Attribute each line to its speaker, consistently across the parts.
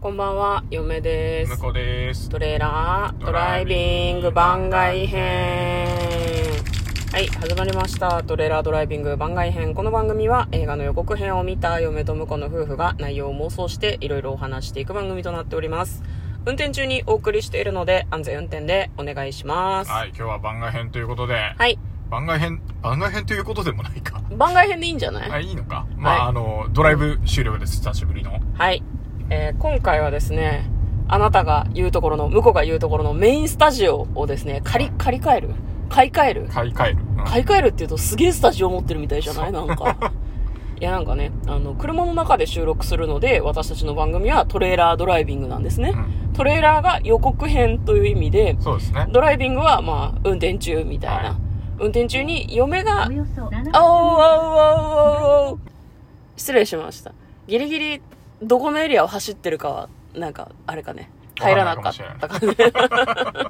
Speaker 1: こんばんは、嫁です
Speaker 2: 向。こうです。
Speaker 1: トレーラードライビング番外編。はい、始まりました。トレーラードライビング番外編。この番組は映画の予告編を見た嫁と婿の夫婦が内容を妄想していろいろお話していく番組となっております。運転中にお送りしているので安全運転でお願いします。
Speaker 2: はい、今日は番外編ということで、
Speaker 1: はい。
Speaker 2: 番外編、番外編ということでもないか。
Speaker 1: 番外編でいいんじゃない
Speaker 2: あ、いいのか。まあ、あの、ドライブ終了です。久しぶりの。
Speaker 1: はい、えー今回はですねあなたが言うところの向こうが言うところのメインスタジオをですね借り借り替える買い替える
Speaker 2: 買い替える。うん
Speaker 1: 買い替えるっていうとすげえスタジオ持ってるみたいじゃない
Speaker 2: そ
Speaker 1: なん かいやなんかねあの車の中で収録するので私たちの番組はトレーラードライビングなんですね、
Speaker 2: うん
Speaker 1: トレーラーが予告編という意味で
Speaker 2: そうですね。
Speaker 1: ドライビングはまあ運転中みたいな、
Speaker 2: はい
Speaker 1: 運転中に嫁が
Speaker 3: およそ7
Speaker 1: あおうあおうあおうあおう失礼しましたギリギリどこのエリアを走ってるかはなんかあれかね入らなかったかね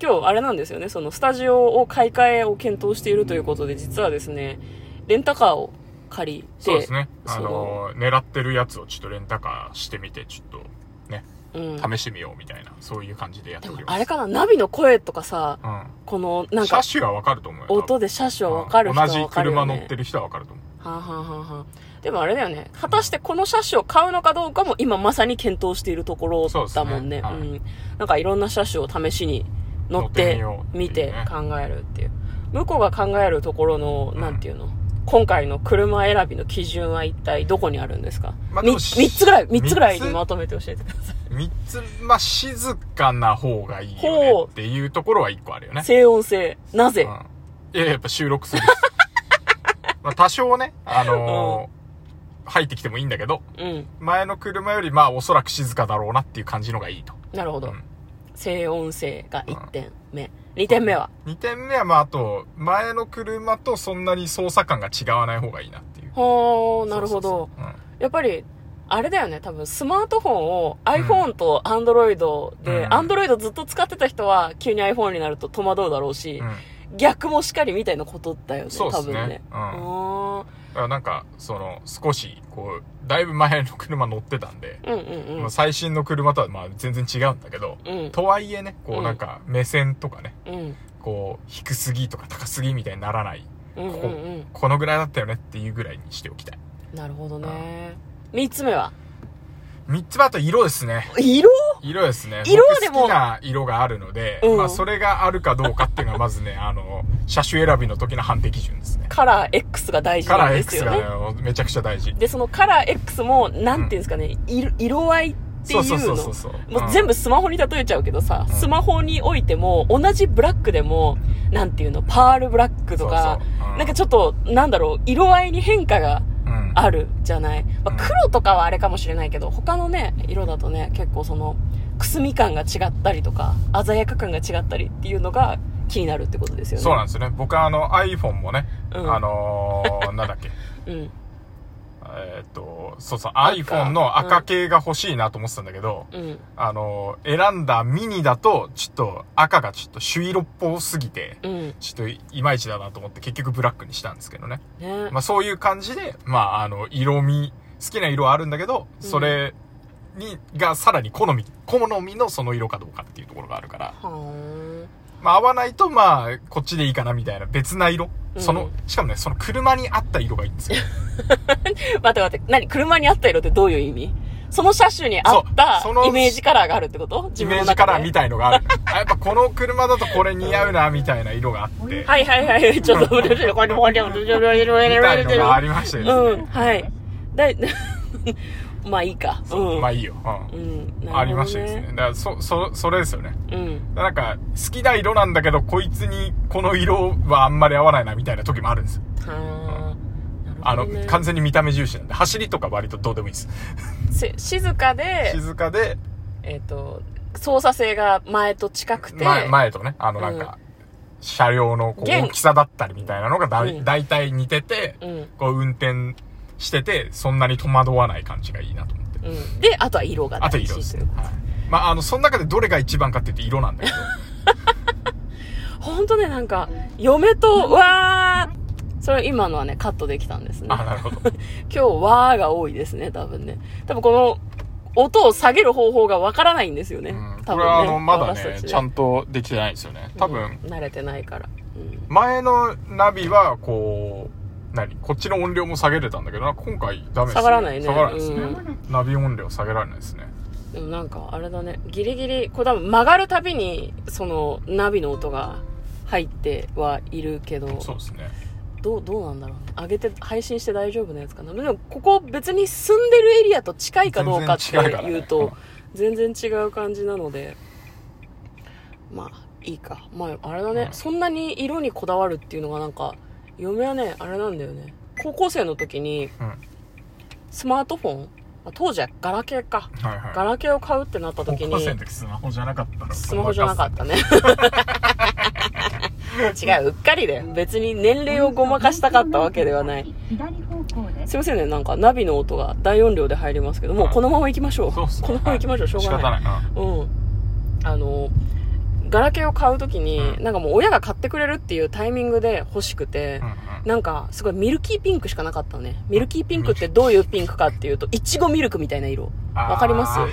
Speaker 1: 今日あれなんですよねそのスタジオを買い替えを検討しているということで実はですねレンタカーを借りて
Speaker 2: そうですね。あ
Speaker 1: その
Speaker 2: の、狙ってるやつをちょっとレンタカーしてみて、ちょっ
Speaker 1: うん
Speaker 2: と、試してみようみたいな、そういう感じでやっ
Speaker 1: で
Speaker 2: てお
Speaker 1: も
Speaker 2: ります。
Speaker 1: あれかなナビの声とかさ
Speaker 2: う
Speaker 1: この
Speaker 2: ん。
Speaker 1: なん
Speaker 2: 車
Speaker 1: か
Speaker 2: 種はわかると思うよ。多分
Speaker 1: 音で車種は分かる人は
Speaker 2: うん
Speaker 1: 分
Speaker 2: 同じ
Speaker 1: かるよ、
Speaker 2: 車
Speaker 1: ね、
Speaker 2: 乗ってる人はわかると思う。
Speaker 1: はあ、はあはあはあ、でもあれだよね。果たしてこの車種を買うのかどうかも今まさに検討しているところだもんね。
Speaker 2: そうですねはい
Speaker 1: ん。なんかいろんな車種を試しに乗っ
Speaker 2: 乗ってみ
Speaker 1: て
Speaker 2: ようっていうね
Speaker 1: みて考えるっていう。向こうが考えるところの、
Speaker 2: うん
Speaker 1: なんていうの今回の車選びの基準は一体どこにあるんですか、
Speaker 2: まあ
Speaker 1: み
Speaker 2: でもし
Speaker 1: 三つぐらい、三つぐらい
Speaker 2: 三
Speaker 1: に
Speaker 2: つ
Speaker 1: まとめて教えてください。
Speaker 2: 三つ、まあ、静かな方がいいよ
Speaker 1: ほ
Speaker 2: ね
Speaker 1: う
Speaker 2: っていうところは一個あるよね。
Speaker 1: 静音性。なぜ、
Speaker 2: うん、いや、やっぱ収録するし。 まあ多少ね、あのー入ってきてもいいんだけど、
Speaker 1: うん、
Speaker 2: 前の車よりまあおそらく静かだろうなっていう感じのがいいと。
Speaker 1: なるほど。
Speaker 2: うん
Speaker 1: 静音性が1点目。2点目は
Speaker 2: 2点目はまああと、前の車とそんなに操作感が違わない方がいいなっていう。
Speaker 1: ほー、なるほど。
Speaker 2: そうそうそううん
Speaker 1: やっぱり、あれだよね、多分スマートフォンを
Speaker 2: ん
Speaker 1: iPhone と Android で、
Speaker 2: うん
Speaker 1: Android ずっと使ってた人は急に iPhone になると戸惑うだろうし、
Speaker 2: うん
Speaker 1: 逆もしかりみたいなことだよね、
Speaker 2: そうっ
Speaker 1: 多
Speaker 2: すね
Speaker 1: 分ね。
Speaker 2: うん
Speaker 1: あ
Speaker 2: だからなんか、その、少し、こう、だいぶ前の車乗ってたんで、
Speaker 1: ーうんうんう
Speaker 2: ま
Speaker 1: ん
Speaker 2: あ。最新の車とはまあ全然違うんだけど、
Speaker 1: うん
Speaker 2: とはいえね、こうなんか目線とかね、
Speaker 1: うん
Speaker 2: こう、低すぎとか高すぎみたいにならない
Speaker 1: うんうんうん
Speaker 2: このぐらいだったよねっていうぐらいにしておきたい。
Speaker 1: なるほどね。三つ目は
Speaker 2: 三つ目あと色ですね。
Speaker 1: 色
Speaker 2: 色ですね。
Speaker 1: 色
Speaker 2: 僕
Speaker 1: でも
Speaker 2: 好きな色があるので、
Speaker 1: うん
Speaker 2: まあそれがあるかどうかっていうのはま ずね、あの、車種選びの時の判定基準ですね。
Speaker 1: カラー X が大事
Speaker 2: カ
Speaker 1: な
Speaker 2: ラ
Speaker 1: ん
Speaker 2: ー
Speaker 1: です
Speaker 2: X
Speaker 1: よ
Speaker 2: がね
Speaker 1: ね。、
Speaker 2: めちゃくちゃ大事。
Speaker 1: で、そのカラー X も、なんていうんですかね、色色合いってい
Speaker 2: そううそうそう
Speaker 1: の
Speaker 2: そうそう。
Speaker 1: もう全
Speaker 2: 部、
Speaker 1: 部スマホに例えちゃうけどさ、
Speaker 2: うん
Speaker 1: スマホにおいても、同じブラックでも、なんていうの、パールブラックとか、
Speaker 2: そうそううん
Speaker 1: なんかちょっと、なんだろう、色合いに変化が
Speaker 2: うん、
Speaker 1: あるじゃない。まあ
Speaker 2: うん
Speaker 1: 黒とかはあれかもしれないけど、他のね、色だとね、結構その、くすみ感が違ったりとか、鮮やか感が違ったりっていうのが気になるってことですよね。
Speaker 2: そうなんですよね。僕はあの iPhone もね、
Speaker 1: うん
Speaker 2: あのー、 なんだっけ。
Speaker 1: うん。
Speaker 2: えーっと、そうそう、iPhone の赤系が欲しいなと思ってたんだけど、
Speaker 1: うん。
Speaker 2: あの、選んだミニだと、ちょっと赤がちょっと朱色っぽすぎて、
Speaker 1: うん。
Speaker 2: ちょっといまいちだなと思って結局ブラックにしたんですけどね。
Speaker 1: ね。
Speaker 2: まあそういう感じで、まああの、色味、好きな色はあるんだけど、
Speaker 1: うん
Speaker 2: それに、がさらに好み、好みのその色かどうかっていうところがあるから、
Speaker 1: はーん。
Speaker 2: まあ合わないとまあ、こっちでいいかなみたいな別な色。
Speaker 1: うん
Speaker 2: その、しかもね、その車に合った色がいいんですよ。
Speaker 1: 待って待って、何車に合った色ってどういう意味その車種に合った
Speaker 2: そうその
Speaker 1: イメージカラーがあるってこと 自
Speaker 2: イ
Speaker 1: 分
Speaker 2: メ
Speaker 1: の
Speaker 2: ージカラ
Speaker 1: 中
Speaker 2: ー
Speaker 1: で。
Speaker 2: みたいのがある。あやっぱこの車だとこれ似合うな、みたいな色があって、
Speaker 1: はいはいはい、 ちょっと、これ、これ、これ、これ、これ、これ、こ
Speaker 2: み
Speaker 1: れ、
Speaker 2: たいのがあ
Speaker 1: こ
Speaker 2: りましてで
Speaker 1: れ、
Speaker 2: す
Speaker 1: う
Speaker 2: ね。
Speaker 1: ん、はい。だい、 まあいいか。うん。
Speaker 2: まあいいよ。うん
Speaker 1: うん、なるほどね
Speaker 2: ありましてですね。だ。から、そ、そ、それですよね。
Speaker 1: うん。
Speaker 2: なんか、好きな色なんだけど、こいつにこの色はあんまり合わないな、みたいな時もあるんですよ。
Speaker 1: はあ。
Speaker 2: あ
Speaker 1: な
Speaker 2: の
Speaker 1: るほどね、
Speaker 2: 完全に見た目重視なんで、走りとか割とどうでもいいです。
Speaker 1: せ静かで、
Speaker 2: 静かで、
Speaker 1: えっと、操作性が前と近くて、
Speaker 2: 前、前とね、あのなんか、車両のこう
Speaker 1: 現
Speaker 2: 大きさだったりみたいなのがだい、
Speaker 1: うん
Speaker 2: 大体似てて、
Speaker 1: うん、うん。
Speaker 2: こう運転してて、そんなに戸惑わない感じがいいなと思って。
Speaker 1: で、あとは色が
Speaker 2: あと
Speaker 1: 大
Speaker 2: 色で
Speaker 1: 事
Speaker 2: す
Speaker 1: と
Speaker 2: ね
Speaker 1: いう。。
Speaker 2: はい。まあ、あの、その中でどれが一番かって言って色なんだけど、
Speaker 1: ほんとね、なんか、嫁と、わーそれ今のは ね、カットできたんですね。
Speaker 2: あ、なるほど。
Speaker 1: 今日はが多いですね、多分ね。多分この、音を下げる方法がわからないんですよね。
Speaker 2: うん、
Speaker 1: 多
Speaker 2: こ
Speaker 1: 分
Speaker 2: れはあのまだ
Speaker 1: 私た
Speaker 2: ね
Speaker 1: ち
Speaker 2: ちゃんとできてないですよね多分、
Speaker 1: うん慣れてないから。うん
Speaker 2: 前のナビはこう何こっちの音量も下げれたんだけどな今回ダメです、
Speaker 1: 下がらないね
Speaker 2: 下がらないですね、
Speaker 1: う
Speaker 2: ナビ音量下げられないですね
Speaker 1: でもなんかあれだね、ギリギリ、これ多分曲がるたびに、そのナビの音が入ってはいるけど、
Speaker 2: そうですね
Speaker 1: どう、どうなんだろうね。上げて、配信して大丈夫なやつかな。でも、ここ別に住んでるエリアと近いかどうかって
Speaker 2: 全然違うからね
Speaker 1: いうと、全然違う感じなので、まあ、いいか。まあ、あれだね、
Speaker 2: うん
Speaker 1: そんなに色にこだわるっていうのがなんか、嫁はね、あれなんだよね。高校生の時に、
Speaker 2: うん
Speaker 1: スマートフォン、まあ当時はガラケーか。
Speaker 2: はいはい
Speaker 1: ガラケーを買うってなった時
Speaker 2: 高校生の
Speaker 1: に、
Speaker 2: 時スマホじゃなかったの
Speaker 1: スマホじゃなかったね。 違う、うっかりだよ。別に年齢をごまかしたかったわけではない。。
Speaker 3: 左方向です
Speaker 1: いませんね、なんかナビの音が大音量で入りますけど、もうこのまま行きましょう。
Speaker 2: そうっすね
Speaker 1: このまま行きましょう、しょうがない。
Speaker 2: 仕方ない
Speaker 1: うん。あの、ガラケーを買う時に、
Speaker 2: うん
Speaker 1: なんかもう親が買ってくれるっていうタイミングで欲しくて、
Speaker 2: うんうん
Speaker 1: なんかすごいミルキーピンクしかなかったのね。ミルキーピンクってどういうピンクかっていうと、いちごミルクみたいな色。
Speaker 2: あー
Speaker 1: わかります
Speaker 2: はい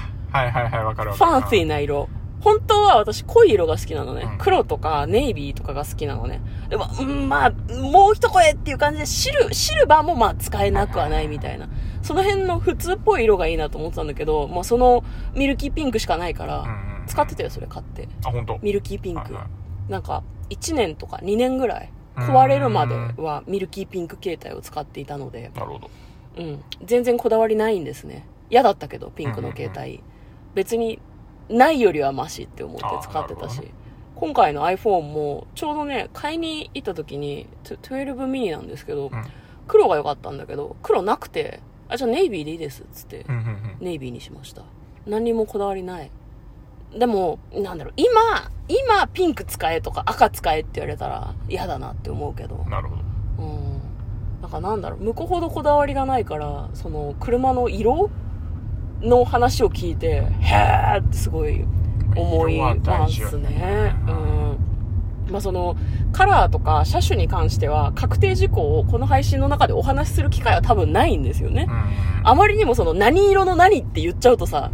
Speaker 2: はいはいわかるわ
Speaker 1: フ
Speaker 2: かる
Speaker 1: ァンシーな色。本当は私濃い色が好きなのね。
Speaker 2: うん
Speaker 1: 黒とかネイビーとかが好きなのね。でも、うん、まあ、もう一声っていう感じで、シル、シルバーもまあ使えなくはないみたいな。その辺の普通っぽい色がいいなと思ってたんだけど、まあそのミルキーピンクしかないか
Speaker 2: うん
Speaker 1: ら、
Speaker 2: うん
Speaker 1: 使ってたよ、それ買って。
Speaker 2: あ本当
Speaker 1: ミルキーピンク。
Speaker 2: はいは
Speaker 1: なんか、1年とか2年ぐらい、
Speaker 2: うん
Speaker 1: 壊れるまではミルキーピンク携帯を使っていたので。
Speaker 2: なるほど
Speaker 1: うん、全然こだわりないんですね嫌だったけどピンクの携帯、別にないよりはマシって思って使ってた
Speaker 2: あーなるほ
Speaker 1: し
Speaker 2: どね
Speaker 1: 今回の iPhone もちょうどね買いに行った時にトゥ12ミニなんですけど、
Speaker 2: うん
Speaker 1: 黒が良かったんだけど黒なくてあじゃあネイビーでいいですっつって、
Speaker 2: うんうんうん
Speaker 1: ネイビーにしました何にもこだわりないでもなんだろう今今ピンク使えとか赤使えって言われたら嫌だなって思うけど、
Speaker 2: なるほど
Speaker 1: うんなんかなんだろう向こうほどこだわりがないからその車の色の話を聞いてへーってすごい思い
Speaker 2: 色は
Speaker 1: ま
Speaker 2: 大事よ
Speaker 1: すね、うんまあ、そのカラーとか車種に関しては確定事項をこの配信の中でお話しする機会は多分ないんですよね
Speaker 2: うんうん
Speaker 1: あまりにもその何色の何って言っちゃうとさ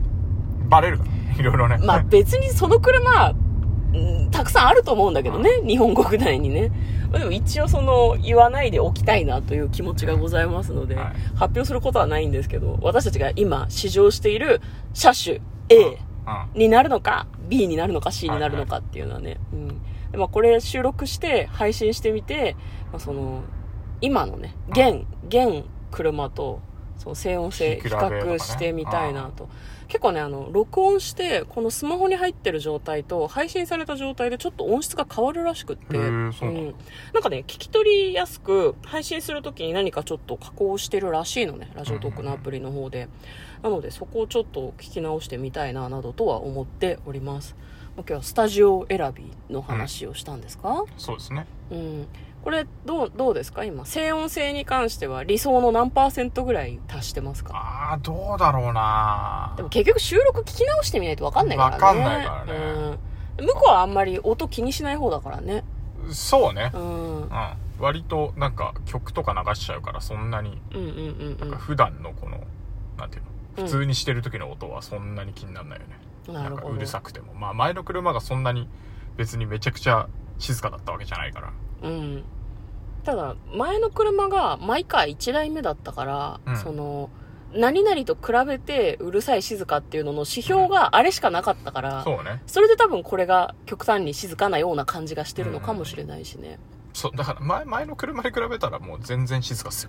Speaker 2: バレるからいろいろね
Speaker 1: まあ別にその車、うんたくさんあると思うんだけどね、日本国内にね。まあでも一応その言わないでおきたいなという気持ちがございますので、
Speaker 2: はい
Speaker 1: 発表することはないんですけど、私たちが今試乗している車種
Speaker 2: うん
Speaker 1: A
Speaker 2: うん
Speaker 1: になるのか、B になるのか C になるのかっていうのはね、うん。でまあこれ収録して配信してみて、まあその、今のね、現、現車と、その静音性
Speaker 2: 比
Speaker 1: 比
Speaker 2: べとかね
Speaker 1: 較してみたいなと。結構ね、あの、録音して、このスマホに入ってる状態と、配信された状態でちょっと音質が変わるらしくって。
Speaker 2: へーそうなんだ
Speaker 1: ん。なんかね、聞き取りやすく、配信するときに何かちょっと加工してるらしいのね。ラジオトークのアプリの方で。なので、そこをちょっと聞き直してみたいな、などとは思っております。まあ今日はスタジオ選びの話をしたんですか、
Speaker 2: そうですね
Speaker 1: うん、これどうどうですか今静音性に関しては理想の何パーセントぐらい達してますか
Speaker 2: ああどうだろうな
Speaker 1: でも結局収録聞き直してみないと分かんないからね
Speaker 2: 分かんないからね、
Speaker 1: うん、向こうはあんまり音気にしない方だからね
Speaker 2: そうね
Speaker 1: うんうん
Speaker 2: うん割となんか曲とか流しちゃうからそんなに
Speaker 1: うんうん
Speaker 2: なんか普段のこのなんていうの
Speaker 1: うん
Speaker 2: 普通にしてる時の音はそんなに気にならないよね、
Speaker 1: うん
Speaker 2: な
Speaker 1: なる
Speaker 2: んか
Speaker 1: ほ
Speaker 2: う
Speaker 1: ど
Speaker 2: るさくてもまあ前の車がそんなに別にめちゃくちゃ静かだったわけじゃないから
Speaker 1: うんただ前の車が毎回1台目だったから、
Speaker 2: うん
Speaker 1: その何々と比べてうるさい静かっていうのの指標があれしかなかったから、
Speaker 2: そうね
Speaker 1: それで多分これが極端に静かなような感じがしてるのかもしれないしね。
Speaker 2: そうだから前前の車に比べたらもう全然静か っす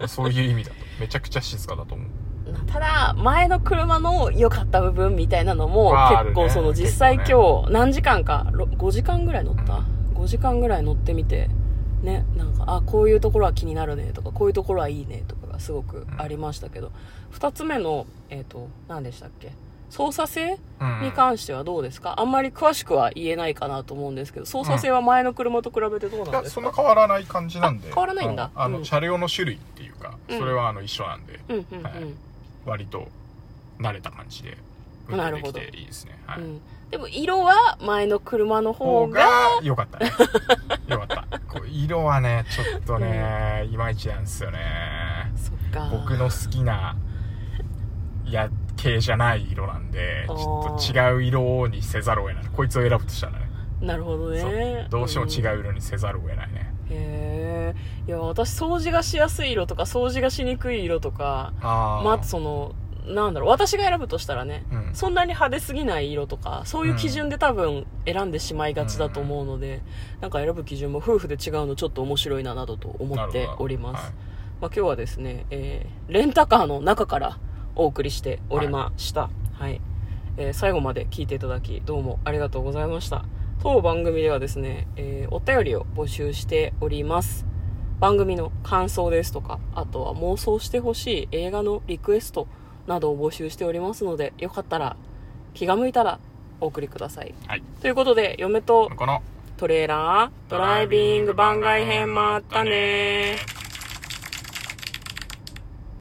Speaker 2: よそういう意味だとめちゃくちゃ静かだと思う
Speaker 1: ただ、前の車の良かった部分みたいなのも
Speaker 2: まああ
Speaker 1: 結
Speaker 2: るね
Speaker 1: 構その実際
Speaker 2: 結
Speaker 1: 今日何時間か、ろ5時間ぐらい乗った、
Speaker 2: うん
Speaker 1: ?5 時間ぐらい乗ってみて、ね、なんか、あ、こういうところは気になるねとか、こういうところはいいねとかがすごくありましたけど、2つ目の、えっ、と、何でしたっけ操作性
Speaker 2: うん
Speaker 1: に関してはどうですか、あんまり詳しくは言えないかなと思うんですけど、操作性は前の車と比べてどう
Speaker 2: い
Speaker 1: なん
Speaker 2: や
Speaker 1: です
Speaker 2: そ
Speaker 1: か
Speaker 2: んな変わらない感じなんで
Speaker 1: あ変わらないんだ
Speaker 2: あのあの
Speaker 1: うん
Speaker 2: 車両の種類っていうか、
Speaker 1: うん
Speaker 2: それはあの一緒なんで
Speaker 1: うんうんうん、
Speaker 2: はい割と慣れた感じで運
Speaker 1: な
Speaker 2: 転
Speaker 1: る
Speaker 2: で
Speaker 1: ほ
Speaker 2: き
Speaker 1: ど
Speaker 2: ていいですね、はい
Speaker 1: うん、でも色は前の車の方
Speaker 2: 方
Speaker 1: が
Speaker 2: が良かっ たね良かったこう色はねちょっとね、いまいちなんですよね
Speaker 1: そっか
Speaker 2: 僕の好きなや系じゃない色なんで、ち
Speaker 1: あー
Speaker 2: ょっと違う色にせざるを得ない。こいつを選ぶとしたらね。
Speaker 1: なるほどね
Speaker 2: どうしても違
Speaker 1: ん
Speaker 2: う色にせざるを得ないね。
Speaker 1: へえいや私掃除がしやすい色とか掃除がしにくい色とか
Speaker 2: あー
Speaker 1: まあそのなんだろう私が選ぶとしたらね、
Speaker 2: うん
Speaker 1: そんなに派手すぎない色とかそういう基準で多分選んでしまいがちだと思うので、なんか選ぶ基準も夫婦で違うのちょっと面白いななどと思っております、
Speaker 2: なる
Speaker 1: まあ、今日はですね、えーレンタカーの中からお送りしておりました。はい。えー最後まで聞いていただき、どうもありがとうございました。当番組ではですね、えーお便りを募集しております。番組の感想ですとか、あとは妄想してほしい映画のリクエストなどを募集しておりますので、よかったら、気が向いたらお送りください。
Speaker 2: はい。
Speaker 1: ということで、嫁と
Speaker 2: はい、この
Speaker 1: トレーラー、ドライビング番外編もあったねー。